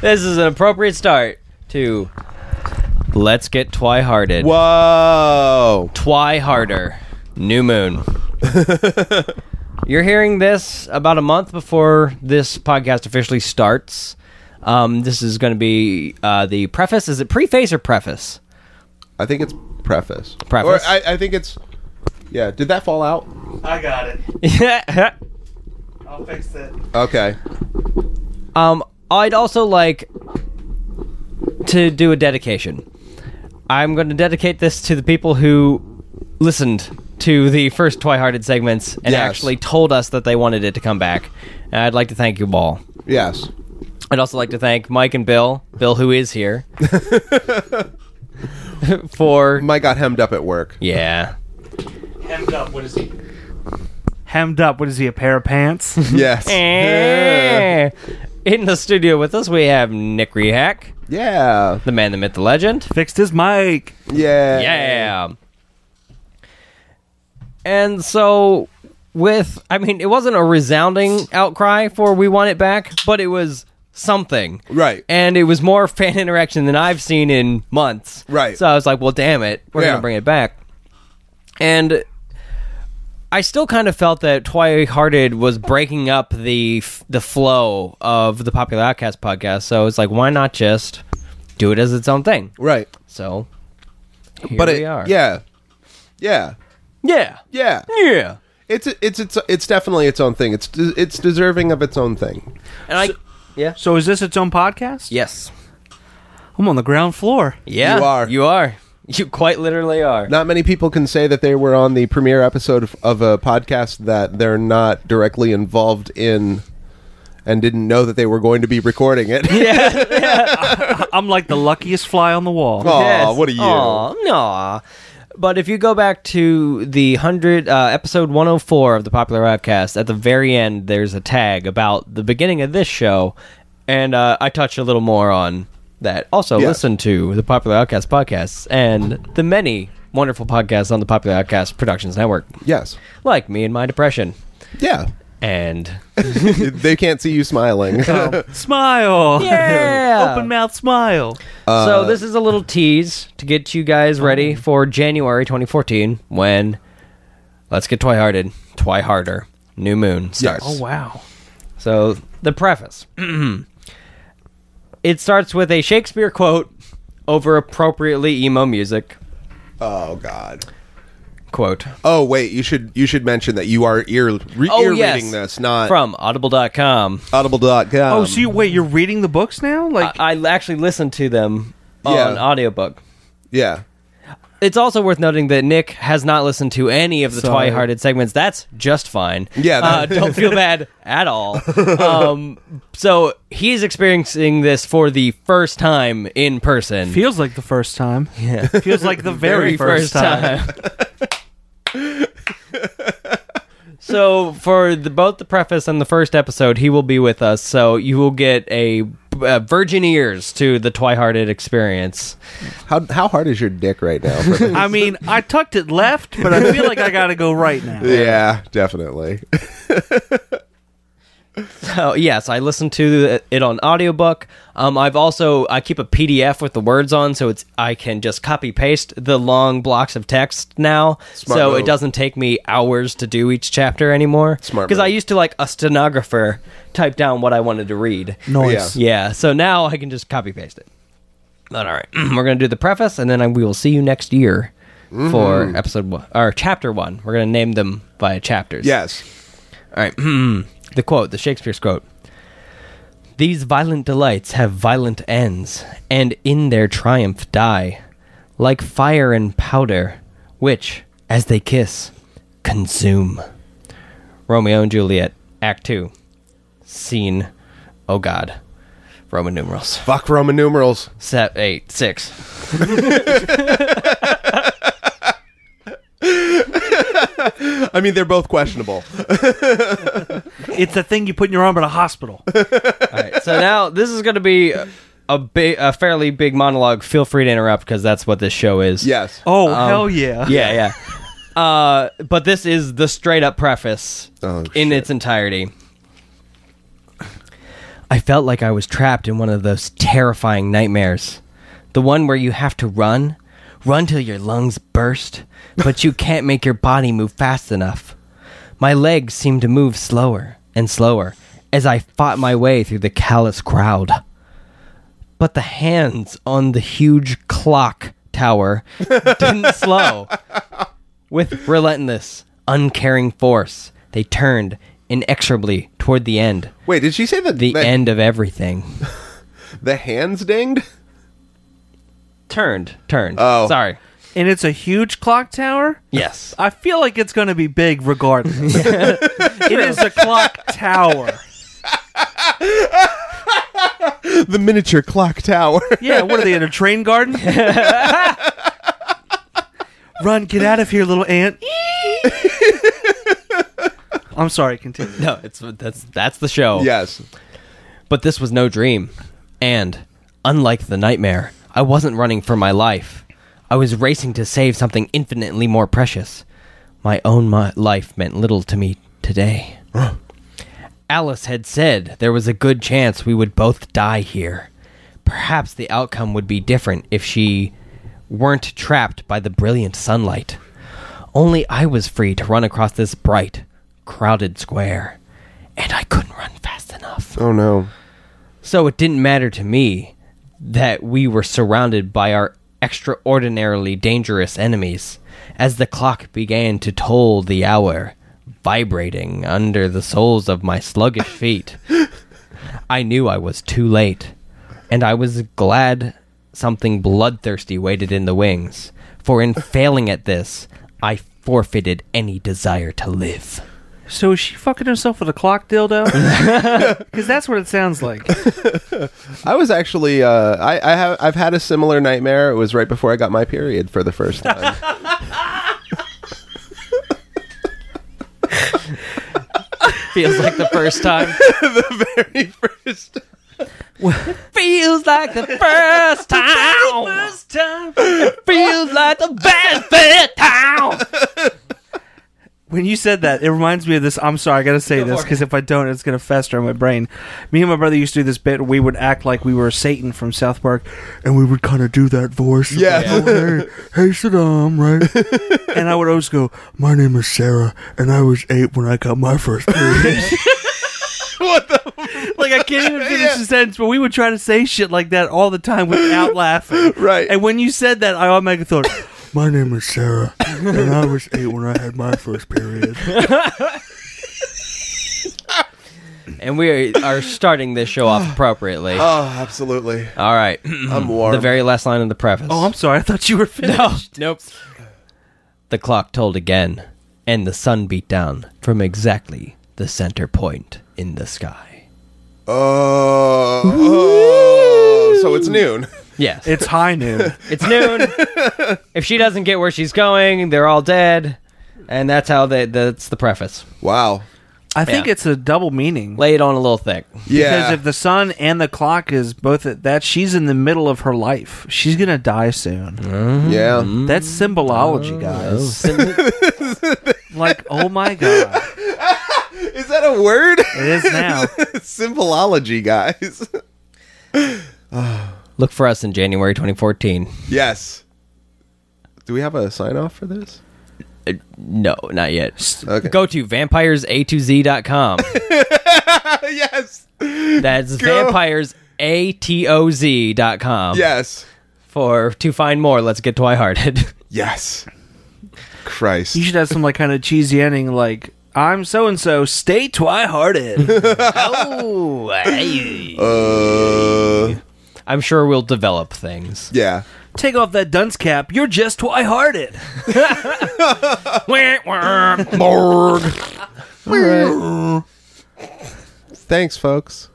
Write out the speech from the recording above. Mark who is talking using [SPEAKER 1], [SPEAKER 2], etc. [SPEAKER 1] this is an appropriate start to Let's Get Twi Hearted.
[SPEAKER 2] Whoa.
[SPEAKER 1] Twi Harder. New Moon. You're hearing this about a month before this podcast officially starts. Um, this is going to be uh, the preface. Is it preface or preface?
[SPEAKER 2] I think it's preface.
[SPEAKER 1] Preface.
[SPEAKER 2] Or I, I think it's. Yeah. Did that fall out?
[SPEAKER 3] I got it.
[SPEAKER 1] Yeah.
[SPEAKER 3] I'll fix it.
[SPEAKER 2] Okay.
[SPEAKER 1] Um, I'd also like to do a dedication. I'm going to dedicate this to the people who listened to the first Twihearted segments and
[SPEAKER 2] Yes.
[SPEAKER 1] actually told us that they wanted it to come back. And I'd like to thank you all.
[SPEAKER 2] Yes.
[SPEAKER 1] I'd also like to thank Mike and Bill, Bill who is here, for
[SPEAKER 2] Mike got hemmed up at work.
[SPEAKER 1] yeah.
[SPEAKER 3] Hemmed up. What is he? Hemmed up. What is he? A pair of pants?
[SPEAKER 2] Yes.
[SPEAKER 1] Eh. In the studio with us, we have Nick Rehack,
[SPEAKER 2] yeah.
[SPEAKER 1] the man, the myth, the legend.
[SPEAKER 3] Fixed his mic.
[SPEAKER 2] Yeah.
[SPEAKER 1] Yeah. And so with I mean it wasn't a resounding outcry for we want it back, but it was something.
[SPEAKER 2] Right.
[SPEAKER 1] And it was more fan interaction than I've seen in months.
[SPEAKER 2] Right.
[SPEAKER 1] So I was like, well damn it, we're
[SPEAKER 2] Yeah.
[SPEAKER 1] gonna bring it back. And I still kind of felt that Twilight Hearted was breaking up the f- the flow of the Popular Outcast podcast. So it's like, why not just do it as its own thing?
[SPEAKER 2] Right.
[SPEAKER 1] So, here
[SPEAKER 2] but
[SPEAKER 1] we
[SPEAKER 2] it,
[SPEAKER 1] are.
[SPEAKER 2] Yeah. Yeah.
[SPEAKER 1] yeah,
[SPEAKER 2] Yeah.
[SPEAKER 1] yeah.
[SPEAKER 2] It's it's it's it's definitely its own thing. It's de- it's deserving of its own thing.
[SPEAKER 1] And I, yeah,
[SPEAKER 3] So is this its own podcast?
[SPEAKER 1] yes,
[SPEAKER 3] I'm on the ground floor.
[SPEAKER 1] yeah,
[SPEAKER 2] You are.
[SPEAKER 1] you are, you quite literally are.
[SPEAKER 2] Not many people can say that they were on the premiere episode of, of a podcast that they're not directly involved in, and didn't know that they were going to be recording it.
[SPEAKER 3] I'm like the luckiest fly on the wall.
[SPEAKER 2] Aw, what are you?
[SPEAKER 1] Aw, no. But if you go back to the hundred uh, episode one hundred four of the popular podcast, at the very end, there's a tag about the beginning of this show, and uh, I touch a little more on that. Also,
[SPEAKER 2] Yeah.
[SPEAKER 1] listen to the popular outcast podcasts and the many wonderful podcasts on the popular outcast productions network,
[SPEAKER 2] Yes.
[SPEAKER 1] like me and my depression,
[SPEAKER 2] Yeah.
[SPEAKER 1] and
[SPEAKER 2] they can't see you smiling.
[SPEAKER 3] Smile.
[SPEAKER 1] Yeah.
[SPEAKER 3] Open mouth smile.
[SPEAKER 2] Uh,
[SPEAKER 1] so this is a little tease to get you
[SPEAKER 2] oh.
[SPEAKER 1] guys ready for January 2014 when let's get Twi Hearted, Twi Harder, New Moon starts.
[SPEAKER 2] Yes. Oh.
[SPEAKER 3] Oh, wow.
[SPEAKER 1] So the preface. it starts with a Shakespeare quote over appropriately emo music.
[SPEAKER 2] oh God.
[SPEAKER 1] Quote
[SPEAKER 2] Oh wait, you should you should mention that you are ear, re-
[SPEAKER 1] Oh,
[SPEAKER 2] ear
[SPEAKER 1] yes.
[SPEAKER 2] reading this, not
[SPEAKER 1] from audible.com.
[SPEAKER 2] audible.com.
[SPEAKER 3] Oh, so you wait, you're reading the books now? Like
[SPEAKER 1] I, I actually listened to them
[SPEAKER 2] Yeah.
[SPEAKER 1] on audiobook.
[SPEAKER 2] yeah.
[SPEAKER 1] It's also worth noting that Nick has not listened to any of the
[SPEAKER 3] Sorry.
[SPEAKER 1] Twi-hearted segments. That's just fine.
[SPEAKER 2] Yeah,
[SPEAKER 1] uh,
[SPEAKER 2] that-
[SPEAKER 1] don't feel bad at all. Um, so he's experiencing this for the first time in person.
[SPEAKER 3] feels like the first time. Yeah. Feels like the very, first, time.
[SPEAKER 1] so for the, both the preface and the first episode, he will be with us. So you will get a uh, virgin ears to the Twi-hearted experience.
[SPEAKER 2] How how hard is your dick right now? for this?
[SPEAKER 3] I mean, I tucked it left, but I feel like I gotta go right now.
[SPEAKER 2] yeah, definitely.
[SPEAKER 1] Oh yes, I listen to it on audiobook. Um, I've also I keep a PDF with the words on, so it's I can just copy paste the long blocks of text now,
[SPEAKER 2] Smart
[SPEAKER 1] so
[SPEAKER 2] move.
[SPEAKER 1] it doesn't take me hours to do each chapter anymore.
[SPEAKER 2] Smart
[SPEAKER 1] because I
[SPEAKER 2] move.
[SPEAKER 1] used to like a stenographer type down what I wanted to read.
[SPEAKER 3] Noise.
[SPEAKER 2] Yeah.
[SPEAKER 1] Yeah, so now I can just copy paste it. But all right, we're gonna do the preface, and then I, we will see you next year
[SPEAKER 2] Mm-hmm.
[SPEAKER 1] for episode one or chapter one. We're gonna name them by chapters.
[SPEAKER 2] Yes.
[SPEAKER 1] All right. the quote, the Shakespeare's quote. These violent delights have violent ends, and in their triumph die, like fire and powder, which, as they kiss, consume. Romeo and Juliet, Act Two, Scene. Oh God, Roman numerals.
[SPEAKER 2] Fuck Roman numerals.
[SPEAKER 1] Set eight six.
[SPEAKER 2] I mean, they're both questionable.
[SPEAKER 3] It's the thing you put in your arm at a hospital.
[SPEAKER 1] All right, so now this is going to be a, a, big, a fairly big monologue. Feel free to interrupt because that's what this show is.
[SPEAKER 2] Yes.
[SPEAKER 3] Oh hell yeah.
[SPEAKER 1] yeah, yeah. Uh, but this is the straight up preface
[SPEAKER 2] Oh,
[SPEAKER 1] in its entirety. I felt like I was trapped in one of those terrifying nightmares. The one where you have to run, run till your lungs burst, but you can't make your body move fast enough. My legs seemed to move slower and slower as I fought my way through the callous crowd. But the hands on the huge clock tower didn't slow. With relentless, uncaring force, they turned inexorably toward the end
[SPEAKER 2] Wait, did she say that
[SPEAKER 1] the
[SPEAKER 2] that
[SPEAKER 1] end of everything.
[SPEAKER 2] The hands dinged.
[SPEAKER 1] Turned, turned.
[SPEAKER 2] Oh.
[SPEAKER 1] sorry.
[SPEAKER 3] And it's a huge clock tower.
[SPEAKER 1] Yes,
[SPEAKER 3] I feel like it's going to be big regardless. it is a clock tower.
[SPEAKER 2] The miniature clock tower.
[SPEAKER 3] Yeah, what are they in a train garden? Run, get out of here, little ant. I'm sorry, continue.
[SPEAKER 1] no, it's that's that's the show.
[SPEAKER 2] yes.
[SPEAKER 1] but this was no dream, and unlike the nightmare, I wasn't running for my life. I was racing to save something infinitely more precious. My own mi- life meant little to me today. Alice had said there was a good chance we would both die here. Perhaps the outcome would be different if she weren't trapped by the brilliant sunlight. Only I was free to run across this bright, crowded square, and I couldn't run fast enough.
[SPEAKER 2] Oh no.
[SPEAKER 1] So it didn't matter to me that we were surrounded by our extraordinarily dangerous enemies as the clock began to toll the hour, vibrating under the soles of my sluggish feet. I knew I was too late, and I was glad something bloodthirsty waited in the wings, for in failing at this, I forfeited any desire to live.
[SPEAKER 3] So is she fucking herself with a clock dildo? Because that's what it sounds like.
[SPEAKER 2] I was actually uh, I, I have I've had a similar nightmare. It was right before I got my period for the first time.
[SPEAKER 1] Feels like the first time.
[SPEAKER 2] the very first.
[SPEAKER 1] Feels like the first time.
[SPEAKER 3] First time
[SPEAKER 1] feels like the best bit town.
[SPEAKER 3] when you said that, it reminds me of this. I'm sorry, I gotta say this because if I don't, it's gonna fester in my brain. Me and my brother used to do this bit. We would act like we were Satan from South Park, and we would kind of do that voice. of,
[SPEAKER 2] Yeah.
[SPEAKER 3] "Oh, hey, hey, Saddam, right? and I would always go, "My name is Sarah, and I was eight when I got my first period."
[SPEAKER 2] what the?
[SPEAKER 3] like I can't even finish
[SPEAKER 2] Yeah.
[SPEAKER 3] the sentence, but we would try to say shit like that all the time without laughing.
[SPEAKER 2] Right.
[SPEAKER 3] And when you said that, I automatically thought.
[SPEAKER 4] My name is Sarah, and I was eight when I had my first period.
[SPEAKER 1] And we are starting this show off appropriately.
[SPEAKER 2] Oh, absolutely.
[SPEAKER 1] All right.
[SPEAKER 2] I'm warm.
[SPEAKER 1] the very last line of the preface.
[SPEAKER 3] Oh, I'm sorry. I thought you were finished.
[SPEAKER 1] No, nope. The clock told again, and the sun beat down from exactly the center point in the sky.
[SPEAKER 2] oh, oh. So it's noon.
[SPEAKER 1] Yes.
[SPEAKER 3] It's high noon.
[SPEAKER 1] It's noon. if she doesn't get where she's going, they're all dead. And that's how they, that's the preface.
[SPEAKER 2] Wow.
[SPEAKER 3] I think
[SPEAKER 1] Yeah.
[SPEAKER 3] it's a double meaning.
[SPEAKER 1] Lay it on a little thick.
[SPEAKER 2] Yeah.
[SPEAKER 3] Because if the sun and the clock is both at that, she's in the middle of her life. She's gonna die soon.
[SPEAKER 2] Mm-hmm. yeah.
[SPEAKER 3] That's symbolology, guys. like, oh my god,
[SPEAKER 2] Is that a word?
[SPEAKER 3] it is now.
[SPEAKER 2] Symbolology, guys.
[SPEAKER 1] Look for us in January 2014.
[SPEAKER 2] yes. Do we have a sign off for this?
[SPEAKER 1] Uh, no, not yet.
[SPEAKER 2] Okay.
[SPEAKER 1] Go to vampiresa2z.com.
[SPEAKER 2] yes.
[SPEAKER 1] That's
[SPEAKER 2] Go.
[SPEAKER 1] vampiresa2z.com.
[SPEAKER 2] Yes.
[SPEAKER 1] For to find more, let's get twihearted.
[SPEAKER 2] Yes. Christ.
[SPEAKER 3] You should have some like kind of cheesy ending, like I'm so and so, stay twi-hearted.
[SPEAKER 1] oh, hey.
[SPEAKER 2] Uh,
[SPEAKER 1] I'm sure we'll develop things.
[SPEAKER 2] yeah.
[SPEAKER 3] Take off that dunce cap. You're just twi-hearted.
[SPEAKER 2] Borg. Thanks, folks.